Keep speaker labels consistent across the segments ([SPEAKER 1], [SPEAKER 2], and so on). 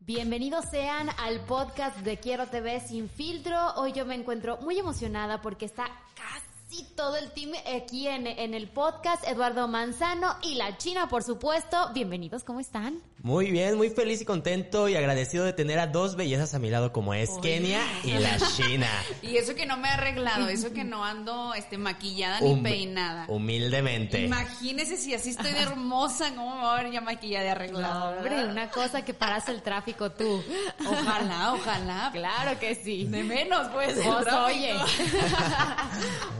[SPEAKER 1] Bienvenidos sean al podcast de Quiero TV sin filtro. Hoy yo me encuentro muy emocionada porque está casi todo el team aquí en, en el podcast. Eduardo Manzano y la China, por supuesto. Bienvenidos, ¿cómo están?
[SPEAKER 2] Muy bien, muy feliz y contento y agradecido de tener a dos bellezas a mi lado como es Kenia y la China.
[SPEAKER 3] Y eso que no me he arreglado, eso que no ando este, maquillada ni
[SPEAKER 2] Hum-
[SPEAKER 3] peinada.
[SPEAKER 2] Humildemente.
[SPEAKER 3] Imagínense si así estoy de hermosa, ¿cómo me voy a ver ya maquillada y arreglada?
[SPEAKER 1] Hombre,
[SPEAKER 3] ¿verdad?
[SPEAKER 1] una cosa que paras el tráfico tú.
[SPEAKER 3] Ojalá, ojalá.
[SPEAKER 1] Claro que sí.
[SPEAKER 3] De menos, pues. el
[SPEAKER 1] Pues,
[SPEAKER 3] tráfico.
[SPEAKER 1] oye.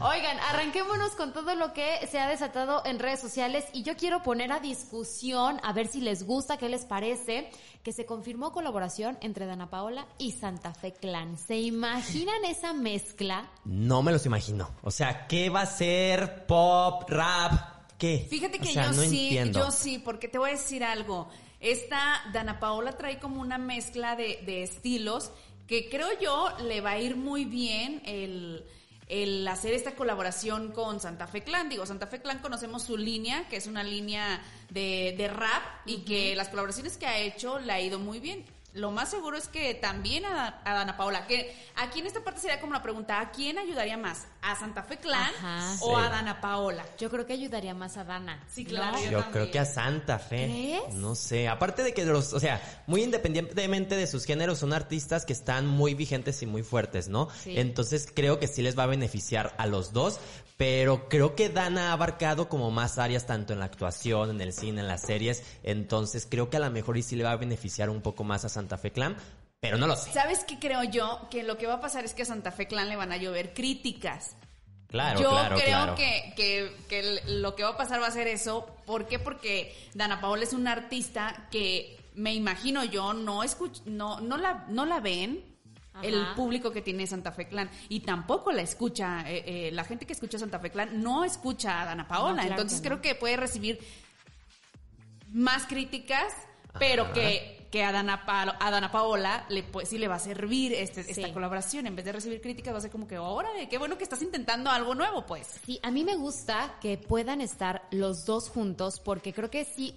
[SPEAKER 1] Oigan, arranquémonos con todo lo que se ha desatado en redes sociales y yo quiero poner a discusión, a ver si les gusta, qué les parece, que se confirmó colaboración entre Dana Paola y Santa Fe Clan. ¿Se imaginan esa mezcla?
[SPEAKER 2] No me los imagino. O sea, ¿qué va a ser? ¿Pop? ¿Rap? ¿Qué?
[SPEAKER 3] Fíjate que
[SPEAKER 2] o sea,
[SPEAKER 3] yo
[SPEAKER 2] no
[SPEAKER 3] sí,
[SPEAKER 2] entiendo.
[SPEAKER 3] yo sí, porque te voy a decir algo. Esta Dana Paola trae como una mezcla de, de estilos que creo yo le va a ir muy bien el, el hacer esta colaboración con Santa Fe Clan. Digo, Santa Fe Clan conocemos su línea, que es una línea de, de rap y que las colaboraciones que ha hecho le ha ido muy bien. Lo más seguro es que también a, Dan- a Dana Paola, que aquí en esta parte sería como la pregunta, ¿a quién ayudaría más? ¿A Santa Fe Clan
[SPEAKER 1] Ajá.
[SPEAKER 3] o
[SPEAKER 2] Sí.
[SPEAKER 3] a Dana Paola?
[SPEAKER 1] Yo creo que ayudaría más a Dana.
[SPEAKER 3] Sí,
[SPEAKER 1] ¿no?
[SPEAKER 3] claro.
[SPEAKER 2] Yo
[SPEAKER 3] Yo también.
[SPEAKER 2] creo que a Santa Fe.
[SPEAKER 1] ¿Crees?
[SPEAKER 2] No sé. Aparte de que los, o sea, muy independientemente de sus géneros, son artistas que están muy vigentes y muy fuertes, ¿no?
[SPEAKER 1] Sí.
[SPEAKER 2] Entonces creo que sí les va a beneficiar a los dos. Pero creo que Dana ha abarcado como más áreas, tanto en la actuación, en el cine, en las series. Entonces creo que a lo mejor y sí le va a beneficiar un poco más a Santa Fe Clan. Pero no lo sé.
[SPEAKER 3] ¿Sabes qué creo yo? Que lo que va a pasar es que a Santa Fe Clan le van a llover críticas.
[SPEAKER 2] Claro,
[SPEAKER 3] yo
[SPEAKER 2] claro,
[SPEAKER 3] creo
[SPEAKER 2] claro.
[SPEAKER 3] que, que- que el- lo que va a pasar va a ser eso. ¿Por qué? Porque Dana Paola es una artista que me imagino yo no escuch no, no la no la ven
[SPEAKER 1] Ajá.
[SPEAKER 3] el público que tiene Santa Fe Clan y tampoco la escucha eh, eh, la gente que escucha Santa Fe Clan no escucha a Dana Paola,
[SPEAKER 1] No, claro
[SPEAKER 3] entonces
[SPEAKER 1] que no.
[SPEAKER 3] creo que puede recibir más críticas, pero
[SPEAKER 2] Ajá.
[SPEAKER 3] que, que a, Dana Pa- a Dana Paola le, pues, sí le va a servir este-
[SPEAKER 1] Sí.
[SPEAKER 3] esta colaboración. En vez de recibir críticas, va a ser como que, órale, qué bueno que estás intentando algo nuevo, pues.
[SPEAKER 1] Sí, a mí me gusta que puedan estar los dos juntos porque creo que sí,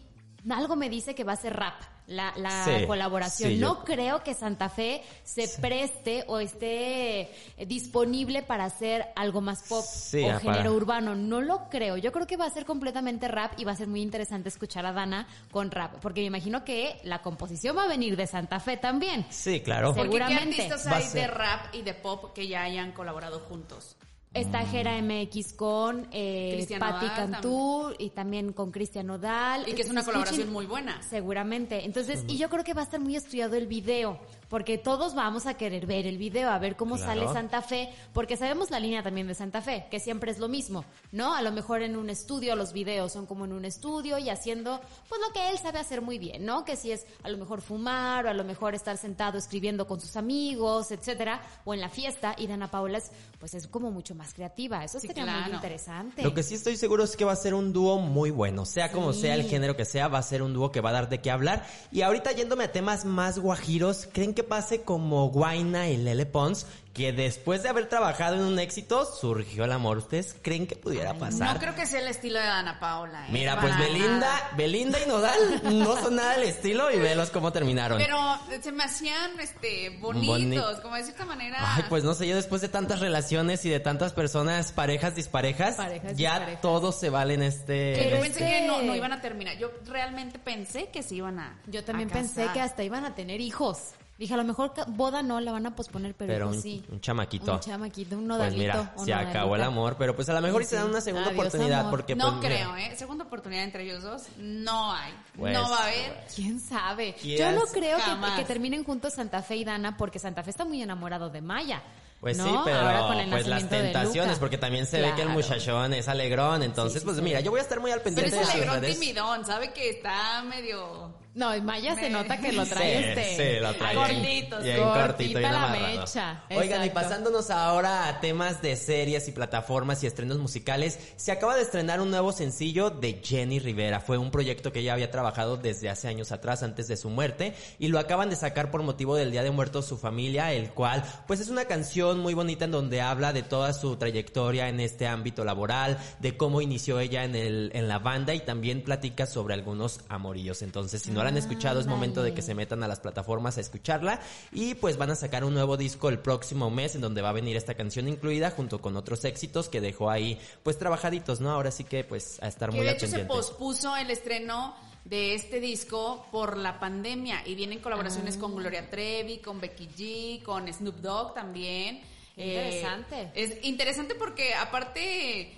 [SPEAKER 1] algo me dice que va a ser rap la, la
[SPEAKER 2] Sí,
[SPEAKER 1] colaboración.
[SPEAKER 2] sí,
[SPEAKER 1] no
[SPEAKER 2] yo-
[SPEAKER 1] creo que Santa Fe se preste o esté eh, disponible para hacer algo más pop
[SPEAKER 2] Sí,
[SPEAKER 1] o
[SPEAKER 2] ah,
[SPEAKER 1] género
[SPEAKER 2] para-
[SPEAKER 1] urbano. No lo creo. Yo creo que va a ser completamente rap y va a ser muy interesante escuchar a Dana con rap porque me imagino que la composición va a venir de Santa Fe también.
[SPEAKER 2] Sí, claro.
[SPEAKER 1] Seguro.
[SPEAKER 3] Porque ¿qué
[SPEAKER 1] Seguramente.
[SPEAKER 3] artistas
[SPEAKER 2] Va a
[SPEAKER 3] hay de
[SPEAKER 2] ser.
[SPEAKER 3] rap y de pop que ya hayan colaborado juntos?
[SPEAKER 1] Está Jera MX con eh,
[SPEAKER 3] Cristian
[SPEAKER 1] Patti
[SPEAKER 3] Nodal
[SPEAKER 1] Cantú y también con Cristian Nodal.
[SPEAKER 3] Y que es una
[SPEAKER 1] Escuchen-
[SPEAKER 3] colaboración muy buena.
[SPEAKER 1] Seguramente. Entonces, y yo creo que va a estar muy estudiado el video, porque todos vamos a querer ver el video, a ver cómo
[SPEAKER 2] Claro.
[SPEAKER 1] sale Santa Fe, porque sabemos la línea también de Santa Fe, que siempre es lo mismo, ¿no? A lo mejor en un estudio, los videos son como en un estudio y haciendo, pues lo que él sabe hacer muy bien, ¿no? Que si es a lo mejor fumar, o a lo mejor estar sentado escribiendo con sus amigos, etcétera, o en la fiesta, y Dana Paola es, pues es como mucho más creativa. Eso
[SPEAKER 3] Sí,
[SPEAKER 1] sería muy
[SPEAKER 3] claro.
[SPEAKER 1] interesante.
[SPEAKER 2] Lo que sí estoy seguro es que va a ser un dúo muy bueno, sea como
[SPEAKER 1] Sí.
[SPEAKER 2] sea el género que sea, va a ser un dúo que va a dar de qué hablar. Y ahorita yéndome a temas más guajiros, ¿creen que pase como Guaina y Lele Pons, que después de haber trabajado en un éxito, surgió el amor? ¿Ustedes creen que pudiera pasar?
[SPEAKER 3] No creo que sea el estilo de Dana Paola. ¿eh?
[SPEAKER 2] Mira,
[SPEAKER 3] Para
[SPEAKER 2] pues
[SPEAKER 3] nada.
[SPEAKER 2] Belinda, Belinda y Nodal no son nada del estilo y velos cómo terminaron.
[SPEAKER 3] Pero eh, se me hacían este, bonitos,
[SPEAKER 2] Boni-
[SPEAKER 3] como de cierta manera.
[SPEAKER 2] Ay, pues no sé, yo después de tantas relaciones y de tantas personas, parejas, disparejas,
[SPEAKER 1] Parejas,
[SPEAKER 2] ya
[SPEAKER 1] disparejas.
[SPEAKER 2] todo se vale en este...
[SPEAKER 3] Que
[SPEAKER 1] Pero
[SPEAKER 3] yo
[SPEAKER 1] es
[SPEAKER 3] pensé
[SPEAKER 1] que-
[SPEAKER 3] que no, no iban a terminar. Yo realmente pensé que se iban a.
[SPEAKER 1] Yo también
[SPEAKER 3] a
[SPEAKER 1] pensé
[SPEAKER 3] casar.
[SPEAKER 1] que hasta iban a tener hijos. Dije, a lo mejor ca- boda no la van a posponer, pero,
[SPEAKER 2] Pero
[SPEAKER 1] hijos
[SPEAKER 2] un,
[SPEAKER 1] sí.
[SPEAKER 2] un chamaquito.
[SPEAKER 1] Un chamaquito, un
[SPEAKER 2] Pues
[SPEAKER 1] nodalito.
[SPEAKER 2] mira,
[SPEAKER 1] o
[SPEAKER 2] se
[SPEAKER 1] nodalita.
[SPEAKER 2] acabó el amor, pero pues a lo mejor y
[SPEAKER 1] Sí,
[SPEAKER 2] se da
[SPEAKER 1] sí.
[SPEAKER 2] una segunda
[SPEAKER 1] Adiós,
[SPEAKER 2] oportunidad
[SPEAKER 1] amor.
[SPEAKER 2] porque
[SPEAKER 3] no
[SPEAKER 2] pues, mira,
[SPEAKER 3] creo, ¿eh? Segunda oportunidad entre ellos dos, no hay.
[SPEAKER 2] Pues,
[SPEAKER 3] no va a haber.
[SPEAKER 1] ¿Quién sabe?
[SPEAKER 2] ¿Quién
[SPEAKER 1] Yo no
[SPEAKER 2] s-
[SPEAKER 1] creo que,
[SPEAKER 3] jamás.
[SPEAKER 1] que terminen juntos Santa Fe y Dana porque Santa Fe está muy enamorado de Maya.
[SPEAKER 2] Pues
[SPEAKER 1] ¿no?
[SPEAKER 2] sí,
[SPEAKER 1] Ahora con
[SPEAKER 2] pero
[SPEAKER 1] el
[SPEAKER 2] pues las
[SPEAKER 1] nacimiento de
[SPEAKER 2] tentaciones,
[SPEAKER 1] Luca.
[SPEAKER 2] porque también se ve que el
[SPEAKER 1] Claro.
[SPEAKER 2] muchachón es alegrón, entonces
[SPEAKER 1] Sí, sí,
[SPEAKER 2] pues
[SPEAKER 1] sí.
[SPEAKER 2] mira, yo voy a estar muy al
[SPEAKER 3] Pero
[SPEAKER 2] pendiente
[SPEAKER 3] es
[SPEAKER 2] de sus
[SPEAKER 3] alegrón
[SPEAKER 2] redes.
[SPEAKER 3] timidón, sabe que está medio.
[SPEAKER 1] No, y Maya se
[SPEAKER 3] Me-
[SPEAKER 1] nota que lo trae
[SPEAKER 2] Sí,
[SPEAKER 1] este.
[SPEAKER 2] sí, la trae
[SPEAKER 1] Ay,
[SPEAKER 2] bien-
[SPEAKER 3] cortitos,
[SPEAKER 2] bien cortito,
[SPEAKER 1] cortita
[SPEAKER 2] bien
[SPEAKER 1] la
[SPEAKER 2] amarrado.
[SPEAKER 1] mecha.
[SPEAKER 2] Oigan, y
[SPEAKER 1] Exacto.
[SPEAKER 2] pasándonos ahora a temas de series y plataformas y estrenos musicales, se acaba de estrenar un nuevo sencillo de Jenny Rivera. Fue un proyecto que ella había trabajado desde hace años atrás, antes de su muerte, y lo acaban de sacar por motivo del Día de Muertos su familia, el cual, pues es una canción muy bonita en donde habla de toda su trayectoria en este ámbito laboral, de cómo inició ella en, el, en la banda y también platica sobre algunos amoríos. Entonces, si no la han escuchado, es momento de que se metan a las plataformas a escucharla y pues van a sacar un nuevo disco el próximo mes en donde va a venir esta canción incluida junto con otros éxitos que dejó ahí pues trabajaditos, ¿no? Ahora sí que pues a estar
[SPEAKER 3] Que
[SPEAKER 2] muy
[SPEAKER 3] de
[SPEAKER 2] al
[SPEAKER 3] hecho se
[SPEAKER 2] pendiente.
[SPEAKER 3] pospuso el estreno de este disco por la pandemia y vienen colaboraciones
[SPEAKER 1] Ah.
[SPEAKER 3] con Gloria Trevi, con Becky G, con Snoop Dogg también. Eh,
[SPEAKER 1] Qué interesante.
[SPEAKER 3] Es interesante porque aparte,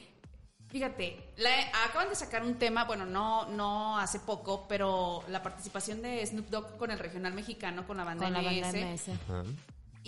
[SPEAKER 3] fíjate, la- acaban de sacar un tema, bueno, no, no hace poco, pero la participación de Snoop Dogg con el regional mexicano, con la banda,
[SPEAKER 1] Con la banda
[SPEAKER 3] MS,
[SPEAKER 1] MS.
[SPEAKER 2] Ajá.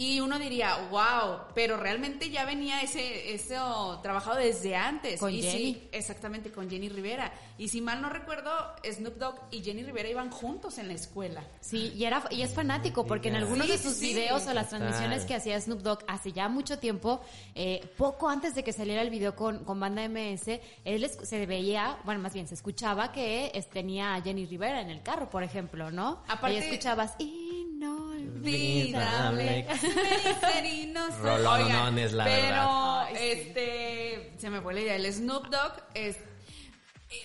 [SPEAKER 3] y uno diría, wow, pero realmente ya venía ese, ese oh, trabajado desde antes.
[SPEAKER 1] Con
[SPEAKER 3] y sí,
[SPEAKER 1] Jenny.
[SPEAKER 3] exactamente, con Jenny Rivera. Y si mal no recuerdo, Snoop Dogg y Jenny Rivera iban juntos en la escuela.
[SPEAKER 1] Sí, y, era, y es fanático porque en
[SPEAKER 2] Mira.
[SPEAKER 1] algunos
[SPEAKER 3] Sí,
[SPEAKER 1] de sus
[SPEAKER 3] sí.
[SPEAKER 1] videos o las
[SPEAKER 2] Total.
[SPEAKER 1] transmisiones que hacía Snoop Dogg hace ya mucho tiempo, eh, poco antes de que saliera el video con, con Banda MS, él es- se veía, bueno, más bien se escuchaba que es- tenía a Jenny Rivera en el carro, por ejemplo, ¿no?
[SPEAKER 3] Aparte-
[SPEAKER 1] Ahí escuchabas, "Inolvidable".
[SPEAKER 2] Inolvidable.
[SPEAKER 3] Ser inocente.
[SPEAKER 2] Rolonones, la
[SPEAKER 3] pero,
[SPEAKER 2] verdad.
[SPEAKER 1] Ay, sí.
[SPEAKER 3] este, se me fue la idea. El Snoop Dogg es...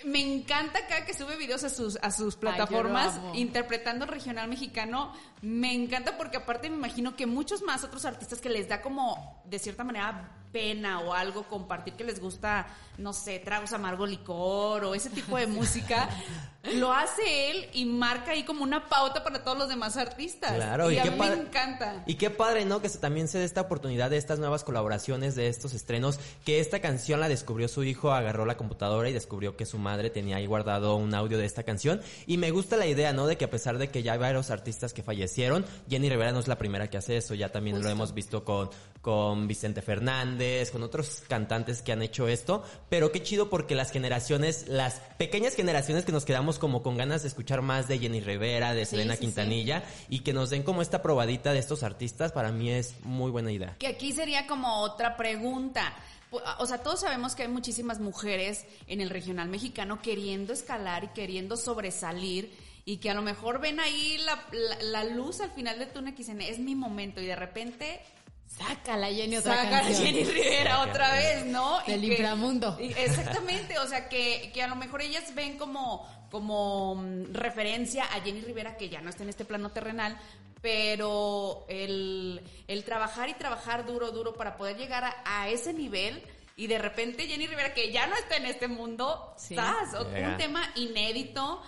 [SPEAKER 3] Me encanta acá que sube videos a sus, a
[SPEAKER 1] Ay,
[SPEAKER 3] sus
[SPEAKER 1] yo lo
[SPEAKER 3] plataformas
[SPEAKER 1] amo.
[SPEAKER 3] interpretando el regional mexicano. Me encanta porque aparte me imagino que muchos más otros artistas que les da como de cierta manera pena o algo compartir que les gusta, no sé, tragos amargo licor o ese tipo de música, lo hace él y marca ahí como una pauta para todos los demás artistas.
[SPEAKER 2] Claro,
[SPEAKER 3] y, a
[SPEAKER 2] qué
[SPEAKER 3] mí
[SPEAKER 2] padre-
[SPEAKER 3] me encanta.
[SPEAKER 2] Y qué padre, ¿no? Que se, también se dé esta oportunidad de estas nuevas colaboraciones, de estos estrenos, que esta canción la descubrió su hijo, agarró la computadora y descubrió que su madre tenía ahí guardado un audio de esta canción. Y me gusta la idea, ¿no? De que a pesar de que ya hay varios artistas que fallecieron, Jenny Rivera no es la primera que hace eso, ya también lo hemos visto con, con Vicente Fernández, con otros cantantes que han hecho esto, pero qué chido porque las generaciones, las pequeñas generaciones que nos quedamos como con ganas de escuchar más de Jenny Rivera, de Selena
[SPEAKER 1] sí, sí.
[SPEAKER 2] Quintanilla, ella y que nos den como esta probadita de estos artistas, para mí es muy buena idea.
[SPEAKER 3] Que aquí sería como otra pregunta. Pu- O sea, todos sabemos que hay muchísimas mujeres en el regional mexicano queriendo escalar y queriendo sobresalir y que a lo mejor ven ahí la, la- la luz al final del túnel que dicen, es mi momento y de repente
[SPEAKER 1] Sácala Jenny otra
[SPEAKER 3] sacan a
[SPEAKER 1] canción.
[SPEAKER 3] Jenny Rivera
[SPEAKER 2] Saca.
[SPEAKER 3] otra vez, ¿no?
[SPEAKER 1] Del
[SPEAKER 3] que-
[SPEAKER 1] inframundo.
[SPEAKER 3] y- exactamente, o sea, que, que a lo mejor ellas ven como, como mm, referencia a Jenny Rivera, que ya no está en este plano terrenal, pero el, el trabajar y trabajar duro, duro para poder llegar a, a ese nivel. Y de repente Jenny Rivera, que ya no está en este mundo,
[SPEAKER 1] Sí.
[SPEAKER 3] ¡zas! O-
[SPEAKER 2] Llega.
[SPEAKER 3] un tema inédito,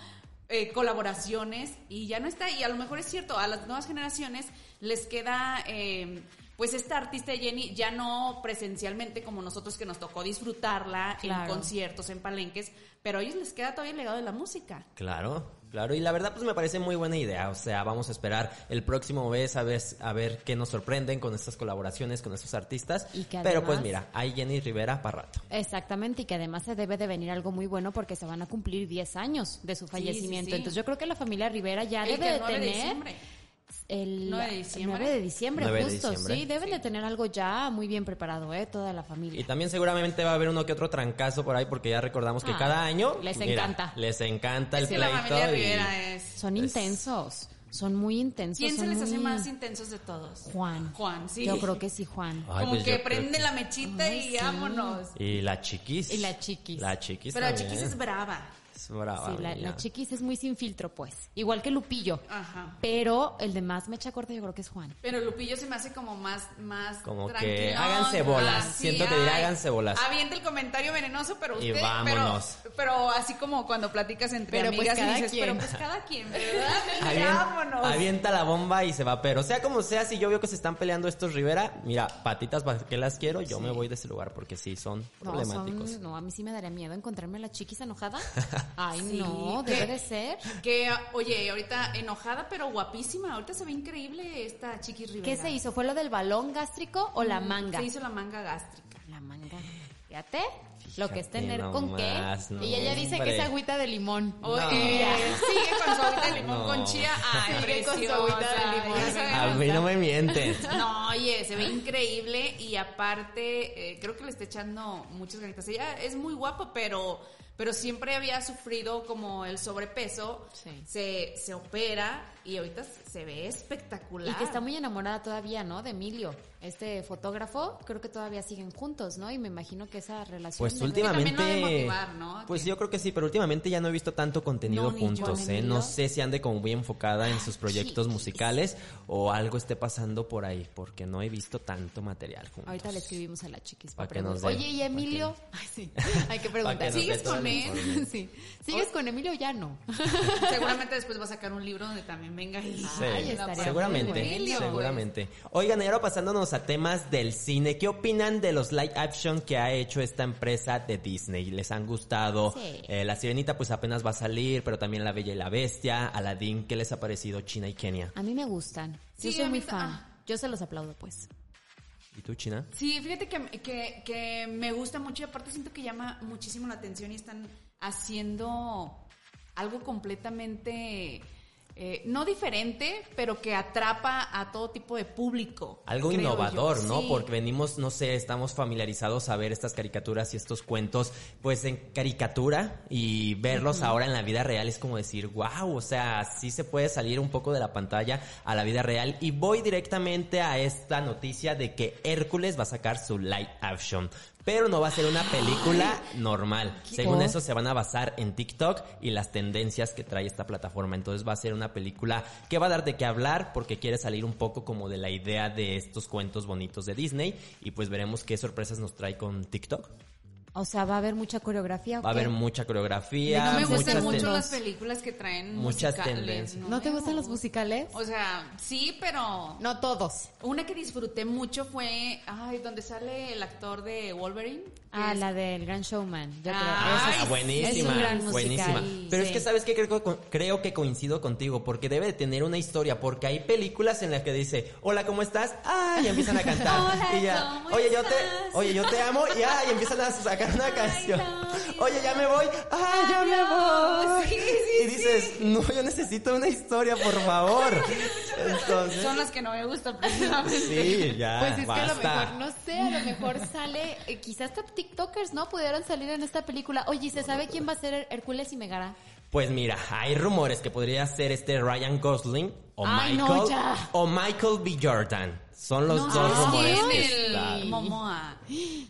[SPEAKER 3] eh, colaboraciones, y ya no está. Y a lo mejor es cierto, a las nuevas generaciones les queda, eh, pues, esta artista de Jenny, ya no presencialmente como nosotros que nos tocó disfrutarla
[SPEAKER 1] Claro.
[SPEAKER 3] en conciertos, en palenques, pero a ellos les queda todavía el legado de la música.
[SPEAKER 2] Claro, claro, y la verdad pues me parece muy buena idea, o sea, vamos a esperar el próximo mes a ver, a ver qué nos sorprenden con estas colaboraciones, con estos artistas,
[SPEAKER 1] Y que
[SPEAKER 2] pero pues
[SPEAKER 1] además-
[SPEAKER 2] mira, hay Jenny Rivera para rato.
[SPEAKER 1] Exactamente, y que además se debe de venir algo muy bueno porque se van a cumplir 10 años de su fallecimiento.
[SPEAKER 3] sí, sí.
[SPEAKER 1] Entonces yo creo que la familia Rivera ya
[SPEAKER 3] El
[SPEAKER 1] debe
[SPEAKER 3] que
[SPEAKER 1] de
[SPEAKER 3] 9 de
[SPEAKER 1] tener...
[SPEAKER 3] diciembre.
[SPEAKER 1] El
[SPEAKER 3] 9 de diciembre.
[SPEAKER 1] 9 de diciembre,
[SPEAKER 2] 9 de
[SPEAKER 1] justo,
[SPEAKER 2] diciembre.
[SPEAKER 1] sí. Deben de tener algo ya muy bien preparado, ¿eh? Toda la familia.
[SPEAKER 2] Y también seguramente va a haber uno que otro trancazo por ahí porque ya recordamos que
[SPEAKER 1] Ah,
[SPEAKER 2] cada año
[SPEAKER 1] les
[SPEAKER 2] mira,
[SPEAKER 1] encanta.
[SPEAKER 2] les encanta el
[SPEAKER 3] Es que la
[SPEAKER 2] pleito
[SPEAKER 3] familia
[SPEAKER 2] y-
[SPEAKER 3] Rivera es...
[SPEAKER 1] Son
[SPEAKER 2] Es-
[SPEAKER 1] intensos, son muy intensos.
[SPEAKER 3] ¿Quién se
[SPEAKER 1] son
[SPEAKER 3] les hace
[SPEAKER 1] muy-
[SPEAKER 3] más intensos de todos?
[SPEAKER 1] Juan.
[SPEAKER 3] Juan, sí.
[SPEAKER 1] Yo creo que sí, Juan.
[SPEAKER 2] Ay,
[SPEAKER 3] Como
[SPEAKER 2] pues, yo
[SPEAKER 3] que
[SPEAKER 2] creo
[SPEAKER 3] prende
[SPEAKER 2] que-
[SPEAKER 3] la mechita
[SPEAKER 1] Ay,
[SPEAKER 3] y
[SPEAKER 1] sí.
[SPEAKER 3] vámonos.
[SPEAKER 2] y la chiquis.
[SPEAKER 1] Y la chiquis.
[SPEAKER 2] La chiquis.
[SPEAKER 3] Pero la
[SPEAKER 2] también.
[SPEAKER 3] chiquis es brava.
[SPEAKER 2] Es brava,
[SPEAKER 1] Sí, la,
[SPEAKER 2] mira.
[SPEAKER 1] la chiquis es muy sin filtro, pues. Igual que Lupillo.
[SPEAKER 3] Ajá.
[SPEAKER 1] Pero el de más mecha corta yo creo que es Juan.
[SPEAKER 3] Pero Lupillo se me hace como más, más
[SPEAKER 2] Como que
[SPEAKER 3] tranquilón.
[SPEAKER 2] háganse bolas. Siento que diría
[SPEAKER 3] ay,
[SPEAKER 2] háganse bolas.
[SPEAKER 3] Avienta el comentario venenoso, pero
[SPEAKER 2] Y
[SPEAKER 3] usted...
[SPEAKER 2] vámonos.
[SPEAKER 3] Pero, pero así como cuando platicas entre
[SPEAKER 1] Pero pues
[SPEAKER 3] amigas
[SPEAKER 1] cada
[SPEAKER 3] y dices,
[SPEAKER 1] quien.
[SPEAKER 3] pero pues cada quien, ¿verdad? Y
[SPEAKER 2] Avien-
[SPEAKER 3] vámonos.
[SPEAKER 2] avienta la bomba y se va, pero sea como sea, si yo veo que se están peleando estos Rivera, mira, patitas para que las quiero, yo me voy de ese lugar porque sí, son
[SPEAKER 1] No,
[SPEAKER 2] problemáticos.
[SPEAKER 1] son- no, a mí sí me daría miedo encontrarme a la chiquis enojada. Ay,
[SPEAKER 3] Sí,
[SPEAKER 1] no,
[SPEAKER 3] que-
[SPEAKER 1] debe de ser.
[SPEAKER 3] Que, oye, ahorita enojada, pero guapísima. Ahorita se ve increíble esta Chiquis Rivera.
[SPEAKER 1] ¿Qué se hizo?
[SPEAKER 3] Mm,
[SPEAKER 1] ¿Fue lo del balón gástrico o la manga?
[SPEAKER 3] Se hizo la manga gástrica.
[SPEAKER 1] La manga. Fíjate. lo que es tener
[SPEAKER 2] Fíjate
[SPEAKER 1] con qué.
[SPEAKER 2] nomás, no,
[SPEAKER 1] y ella dice que
[SPEAKER 2] hombre.
[SPEAKER 1] es agüita de limón.
[SPEAKER 3] Oye,
[SPEAKER 2] No.
[SPEAKER 3] sigue con su agüita de limón
[SPEAKER 2] No.
[SPEAKER 3] con chía. Ay,
[SPEAKER 1] Sigue con su
[SPEAKER 3] preciosa,
[SPEAKER 1] agüita de limón.
[SPEAKER 3] ya
[SPEAKER 2] A
[SPEAKER 3] sabemos.
[SPEAKER 2] mí no me mienten.
[SPEAKER 3] No, oye, se ve increíble y aparte eh, creo que le está echando muchas ganitas. Ella es muy guapa, pero pero siempre había sufrido como el sobrepeso.
[SPEAKER 1] Sí.
[SPEAKER 3] Se, se opera y ahorita se ve espectacular.
[SPEAKER 1] Y que está muy enamorada todavía, ¿no? De Emilio, este fotógrafo. Creo que todavía siguen juntos, ¿no? Y me imagino que esa relación.
[SPEAKER 2] Pues
[SPEAKER 1] de-
[SPEAKER 2] últimamente.
[SPEAKER 3] también no ha de motivar, ¿no?
[SPEAKER 2] Pues yo creo que sí, pero últimamente ya no he visto tanto contenido
[SPEAKER 3] No, ni yo,
[SPEAKER 2] juntos,
[SPEAKER 3] ni
[SPEAKER 2] ¿eh?
[SPEAKER 3] yo.
[SPEAKER 2] No sé si ande como muy enfocada en sus proyectos
[SPEAKER 1] chiquis.
[SPEAKER 2] musicales o algo esté pasando por ahí, porque no he visto tanto material juntos.
[SPEAKER 1] Ahorita le escribimos a la chiquis.
[SPEAKER 2] Pa'
[SPEAKER 1] para
[SPEAKER 2] que nos
[SPEAKER 1] preguntar.
[SPEAKER 2] dé,
[SPEAKER 1] Oye, ¿y
[SPEAKER 2] pa'
[SPEAKER 1] Emilio? Ay, sí. Hay que
[SPEAKER 2] Pa' que
[SPEAKER 1] preguntar.
[SPEAKER 2] nos dé
[SPEAKER 1] ¿Sigues
[SPEAKER 2] todo
[SPEAKER 1] con él?
[SPEAKER 2] el informe.
[SPEAKER 1] Sí. ¿Sigues con Emilio? Ya no.
[SPEAKER 3] Seguramente después va a sacar un libro donde también venga y... pues,
[SPEAKER 2] Sí,
[SPEAKER 1] Ay, estaría muy pues.
[SPEAKER 2] seguramente,
[SPEAKER 1] bueno.
[SPEAKER 2] seguramente. Oigan, y ahora pasándonos a temas del cine, ¿qué opinan de los live action que ha hecho esta empresa de Disney? ¿Les han gustado?
[SPEAKER 1] Sí.
[SPEAKER 2] Eh, la Sirenita pues apenas va a salir, pero también La Bella y la Bestia, Aladdin, ¿qué les ha parecido China y Kenia?
[SPEAKER 1] A mí me gustan. Yo
[SPEAKER 3] Sí,
[SPEAKER 1] soy
[SPEAKER 3] a mí
[SPEAKER 1] muy
[SPEAKER 3] ta-
[SPEAKER 1] fan.
[SPEAKER 3] ah.
[SPEAKER 1] Yo se los aplaudo, pues.
[SPEAKER 2] ¿Y tú, China?
[SPEAKER 3] Sí, fíjate que, que, que me gusta mucho y aparte siento que llama muchísimo la atención y están haciendo algo completamente, eh, no diferente, pero que atrapa a todo tipo de público.
[SPEAKER 2] Algo
[SPEAKER 3] creo
[SPEAKER 2] innovador,
[SPEAKER 3] yo.
[SPEAKER 2] ¿no?
[SPEAKER 3] Sí.
[SPEAKER 2] Porque venimos, no sé, estamos familiarizados a ver estas caricaturas y estos cuentos, pues en caricatura y verlos ahora en la vida real es como decir, wow, o sea, sí se puede salir un poco de la pantalla a la vida real. Y voy directamente a esta noticia de que Hércules va a sacar su live action. Pero no va a ser una película normal. Según
[SPEAKER 1] Por-
[SPEAKER 2] eso, se van a basar en TikTok y las tendencias que trae esta plataforma. Entonces va a ser una película que va a dar de qué hablar porque quiere salir un poco como de la idea de estos cuentos bonitos de Disney y pues veremos qué sorpresas nos trae con TikTok.
[SPEAKER 1] O sea, va a haber mucha coreografía. o
[SPEAKER 2] Va a
[SPEAKER 1] qué?
[SPEAKER 2] haber mucha coreografía,
[SPEAKER 3] No me
[SPEAKER 2] muchas
[SPEAKER 3] gustan mucho
[SPEAKER 2] ten-
[SPEAKER 3] las películas que traen
[SPEAKER 2] Muchas
[SPEAKER 3] musicales,
[SPEAKER 2] tendencias.
[SPEAKER 1] ¿No te
[SPEAKER 3] me
[SPEAKER 1] gustan los
[SPEAKER 3] gustan.
[SPEAKER 1] musicales?
[SPEAKER 3] O sea, sí, pero
[SPEAKER 1] No todos.
[SPEAKER 3] una que disfruté mucho fue, ay, donde sale el actor de Wolverine. que
[SPEAKER 1] Ah,
[SPEAKER 3] es-
[SPEAKER 1] la del Gran Showman. Yo creo.
[SPEAKER 3] Ah,
[SPEAKER 1] Esa
[SPEAKER 2] Ah,
[SPEAKER 1] es- es
[SPEAKER 2] buenísima,
[SPEAKER 1] un gran musical.
[SPEAKER 2] buenísima. Pero es
[SPEAKER 1] Sí.
[SPEAKER 2] que sabes que creo, que- creo que coincido contigo, porque debe de tener una historia, porque hay películas en las que dice, hola, ¿cómo estás? Ah, y empiezan a cantar.
[SPEAKER 3] Hola,
[SPEAKER 2] y ya,
[SPEAKER 3] ¿cómo
[SPEAKER 2] oye, yo
[SPEAKER 3] estás?"
[SPEAKER 2] te, oye, yo te amo, y ay, empiezan a sacar una canción.
[SPEAKER 3] Loli.
[SPEAKER 2] Oye, ya me voy, ah, ya me
[SPEAKER 3] Adiós.
[SPEAKER 2] voy.
[SPEAKER 3] Sí, sí,
[SPEAKER 2] y dices, no, yo necesito una historia, por favor. Entonces,
[SPEAKER 3] Son las que no me gustan precisamente.
[SPEAKER 2] sí, ya.
[SPEAKER 1] Pues es
[SPEAKER 2] basta.
[SPEAKER 1] que a lo mejor, no sé, a lo mejor sale, eh, quizás hasta TikTokers, ¿no? Pudieron salir en esta película. Oye, ¿y ¿se sabe quién va a ser Her- Hércules y Megara?
[SPEAKER 2] Pues mira, hay rumores que podría ser este Ryan Gosling o
[SPEAKER 1] Ay, no,
[SPEAKER 2] Michael
[SPEAKER 1] ya.
[SPEAKER 2] o Michael B. Jordan. Son los
[SPEAKER 1] No,
[SPEAKER 2] dos
[SPEAKER 1] ah,
[SPEAKER 2] rumores
[SPEAKER 1] sí,
[SPEAKER 2] que
[SPEAKER 1] en el-
[SPEAKER 2] están.
[SPEAKER 3] Momoa.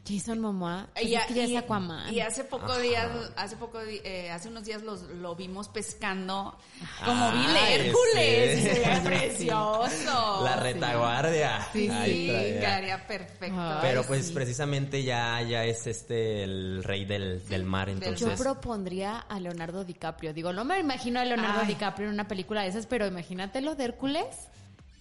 [SPEAKER 1] Jason Momoa.
[SPEAKER 3] Y,
[SPEAKER 1] Y es que ya
[SPEAKER 3] y-
[SPEAKER 1] es Aquaman.
[SPEAKER 3] y hace poco días, hace poco, di- eh, hace unos días los, lo vimos pescando como
[SPEAKER 2] Ay,
[SPEAKER 3] vil Hércules.
[SPEAKER 2] Ah, este. sí.
[SPEAKER 3] Se veía precioso.
[SPEAKER 2] La retaguardia.
[SPEAKER 3] Sí,
[SPEAKER 2] Ay,
[SPEAKER 3] sí,
[SPEAKER 2] traía.
[SPEAKER 3] quedaría perfecto.
[SPEAKER 1] Ay,
[SPEAKER 2] Pero pues
[SPEAKER 1] sí.
[SPEAKER 2] precisamente ya, ya es este el rey del, del mar,
[SPEAKER 1] Yo
[SPEAKER 2] entonces.
[SPEAKER 1] propondría a Leonardo DiCaprio. Digo, no me imagino a Leonardo
[SPEAKER 3] Ay.
[SPEAKER 1] DiCaprio en una película de esas, pero imagínatelo de Hércules.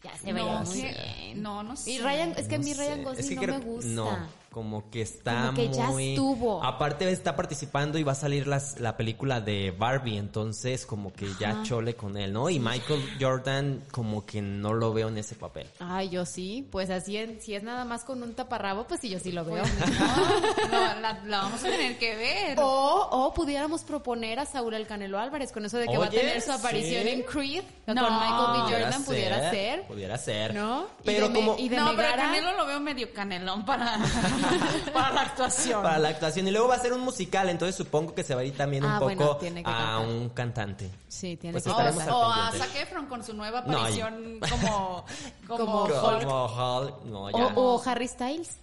[SPEAKER 1] Ya se veía
[SPEAKER 3] No,
[SPEAKER 1] muy
[SPEAKER 3] que-
[SPEAKER 1] bien.
[SPEAKER 3] no, no sé.
[SPEAKER 1] Y Ryan, es que a
[SPEAKER 2] No
[SPEAKER 1] mí Ryan
[SPEAKER 2] sé,
[SPEAKER 1] Gosling
[SPEAKER 2] es que
[SPEAKER 1] no
[SPEAKER 2] creo
[SPEAKER 1] me
[SPEAKER 2] que-
[SPEAKER 1] gusta.
[SPEAKER 2] No, como que está
[SPEAKER 1] Como que ya
[SPEAKER 2] muy-
[SPEAKER 1] estuvo.
[SPEAKER 2] Aparte está participando y va a salir las, la película de Barbie, entonces como que ya chole con él, ¿no? Y Michael Jordan como que no lo veo en ese papel.
[SPEAKER 1] Ay, yo sí. Pues así, en- si es nada más con un taparrabo, pues sí, yo sí lo veo.
[SPEAKER 3] No, no, la, la vamos a tener que ver.
[SPEAKER 1] O, o pudiéramos proponer a Saúl el Canelo Álvarez con eso de que va a
[SPEAKER 2] Oye,
[SPEAKER 1] tener su aparición
[SPEAKER 2] sí.
[SPEAKER 1] en Creed
[SPEAKER 3] No.
[SPEAKER 1] con Michael B.
[SPEAKER 2] Pudiera
[SPEAKER 1] Jordan pudiera ser.
[SPEAKER 2] Pudiera ser.
[SPEAKER 1] ¿No? Y
[SPEAKER 2] Pero
[SPEAKER 1] de me-
[SPEAKER 2] como...
[SPEAKER 1] y de
[SPEAKER 3] no, pero
[SPEAKER 1] Megara-
[SPEAKER 3] a Canelo lo veo medio canelón para, para la actuación.
[SPEAKER 2] Para la actuación. Y luego va a ser un musical, entonces supongo que se va a ir también un
[SPEAKER 1] Ah, bueno,
[SPEAKER 2] poco
[SPEAKER 1] tiene que
[SPEAKER 2] a
[SPEAKER 1] cantar.
[SPEAKER 2] un cantante.
[SPEAKER 1] Sí, tiene
[SPEAKER 2] Pues
[SPEAKER 1] que
[SPEAKER 3] O,
[SPEAKER 2] estaremos
[SPEAKER 1] pasar.
[SPEAKER 2] al
[SPEAKER 3] o a
[SPEAKER 2] pendiente.
[SPEAKER 3] Zac Efron con su nueva
[SPEAKER 2] No, y-
[SPEAKER 3] aparición como, como,
[SPEAKER 1] Como
[SPEAKER 3] Hulk.
[SPEAKER 2] Como Hulk, No, ya.
[SPEAKER 1] O, o Harry Styles.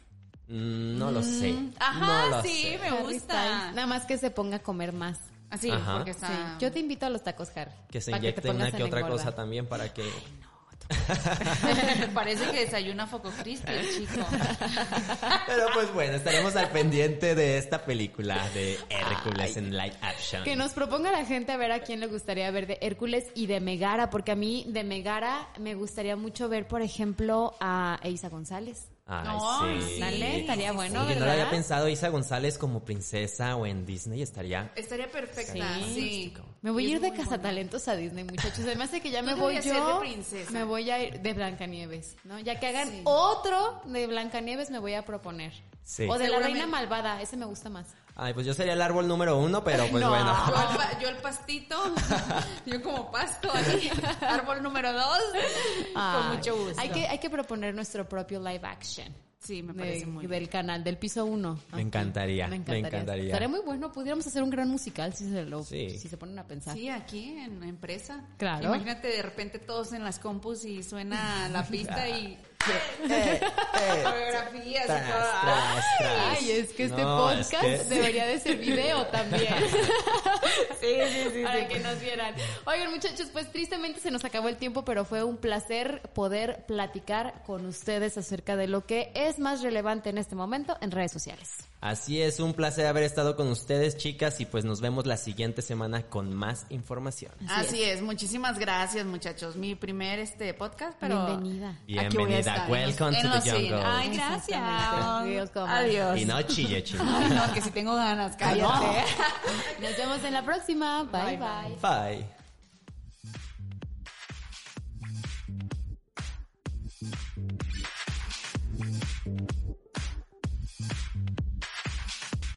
[SPEAKER 2] Mm, no lo sé.
[SPEAKER 3] Ajá,
[SPEAKER 2] No lo
[SPEAKER 3] sí,
[SPEAKER 2] sé.
[SPEAKER 3] me
[SPEAKER 1] Harry
[SPEAKER 3] gusta.
[SPEAKER 1] Styles. Nada más que se ponga a comer más.
[SPEAKER 3] Así,
[SPEAKER 2] Ajá.
[SPEAKER 3] porque está.
[SPEAKER 1] Sí. Yo te invito a los tacos, Harry.
[SPEAKER 2] Que se
[SPEAKER 1] para te
[SPEAKER 2] inyecte una
[SPEAKER 1] pongas
[SPEAKER 2] que
[SPEAKER 1] en
[SPEAKER 2] otra
[SPEAKER 1] engorda.
[SPEAKER 2] cosa también para que...
[SPEAKER 3] Parece que desayuna Foco Cristi, el chico.
[SPEAKER 2] Pero pues bueno, estaremos al pendiente de esta película de Hércules en live action.
[SPEAKER 1] Que nos proponga la gente a ver a quién le gustaría ver de Hércules y de Megara, porque a mí de Megara me gustaría mucho ver, por ejemplo, a Eiza González.
[SPEAKER 2] Ay,
[SPEAKER 3] No,
[SPEAKER 2] sí.
[SPEAKER 1] Dale, estaría
[SPEAKER 3] sí,
[SPEAKER 1] bueno,
[SPEAKER 2] Oye, no lo
[SPEAKER 1] ¿verdad?
[SPEAKER 2] había pensado, Isa González como princesa o en Disney estaría...
[SPEAKER 3] Estaría perfecta,
[SPEAKER 1] Sí.
[SPEAKER 3] sí.
[SPEAKER 1] Me voy a ir de
[SPEAKER 3] Es muy
[SPEAKER 1] cazatalentos a Disney, muchachos. Además de que ya
[SPEAKER 3] Tú
[SPEAKER 1] me voy
[SPEAKER 3] deberías ser
[SPEAKER 1] yo.
[SPEAKER 3] de princesa.
[SPEAKER 1] Me voy a ir de Blancanieves, ¿no? Ya que hagan
[SPEAKER 3] Sí.
[SPEAKER 1] otro de Blancanieves me voy a proponer.
[SPEAKER 2] Sí.
[SPEAKER 1] O de la
[SPEAKER 3] Seguramente.
[SPEAKER 1] Reina Malvada, ese me gusta más.
[SPEAKER 2] Ay, pues yo sería el árbol número uno, pero pues
[SPEAKER 1] No.
[SPEAKER 2] bueno.
[SPEAKER 3] Yo,
[SPEAKER 1] Ah.
[SPEAKER 3] el pa- yo el pastito, yo como pasto ahí, árbol número dos, con
[SPEAKER 1] Ay,
[SPEAKER 3] mucho gusto.
[SPEAKER 1] Hay que, hay que proponer nuestro propio live action.
[SPEAKER 3] sí, me
[SPEAKER 1] de-
[SPEAKER 3] parece muy bien.
[SPEAKER 1] del canal, del piso 1.
[SPEAKER 2] Me encantaría, me encantaría.
[SPEAKER 1] Estaría muy bueno, pudiéramos hacer un gran musical si se, lo,
[SPEAKER 2] Sí.
[SPEAKER 1] si se ponen a pensar.
[SPEAKER 3] Sí, aquí en la empresa.
[SPEAKER 1] Claro.
[SPEAKER 3] Imagínate de repente todos en las compus y suena la pista y
[SPEAKER 2] Eh, eh,
[SPEAKER 3] coreografías y
[SPEAKER 2] tras,
[SPEAKER 3] todo.
[SPEAKER 2] tras, tras.
[SPEAKER 1] Ay, es que este
[SPEAKER 2] No, es
[SPEAKER 1] podcast
[SPEAKER 2] que-
[SPEAKER 1] debería de ser video también.
[SPEAKER 3] Sí, sí, sí.
[SPEAKER 1] para
[SPEAKER 3] sí.
[SPEAKER 1] que nos vieran. Oigan, muchachos, pues tristemente se nos acabó el tiempo, pero fue un placer poder platicar con ustedes acerca de lo que es más relevante en este momento en redes sociales.
[SPEAKER 2] Así es, un placer haber estado con ustedes, chicas, y pues nos vemos la siguiente semana con más información.
[SPEAKER 1] Así
[SPEAKER 3] Así, es. muchísimas gracias muchachos. Mi primer este podcast, pero
[SPEAKER 1] Bienvenida.
[SPEAKER 3] aquí voy a
[SPEAKER 2] Bienvenida,
[SPEAKER 3] estar.
[SPEAKER 2] welcome
[SPEAKER 3] En
[SPEAKER 2] to
[SPEAKER 3] los
[SPEAKER 2] the
[SPEAKER 3] cines.
[SPEAKER 2] jungle.
[SPEAKER 3] Ay, gracias.
[SPEAKER 1] Exactamente. Welcome.
[SPEAKER 3] Adiós.
[SPEAKER 2] Y no chille, chille.
[SPEAKER 3] Ay, no, que si tengo ganas, cállate.
[SPEAKER 1] Nos vemos en la próxima. Bye,
[SPEAKER 3] Bye,
[SPEAKER 1] bye.
[SPEAKER 3] bye.
[SPEAKER 2] Bye.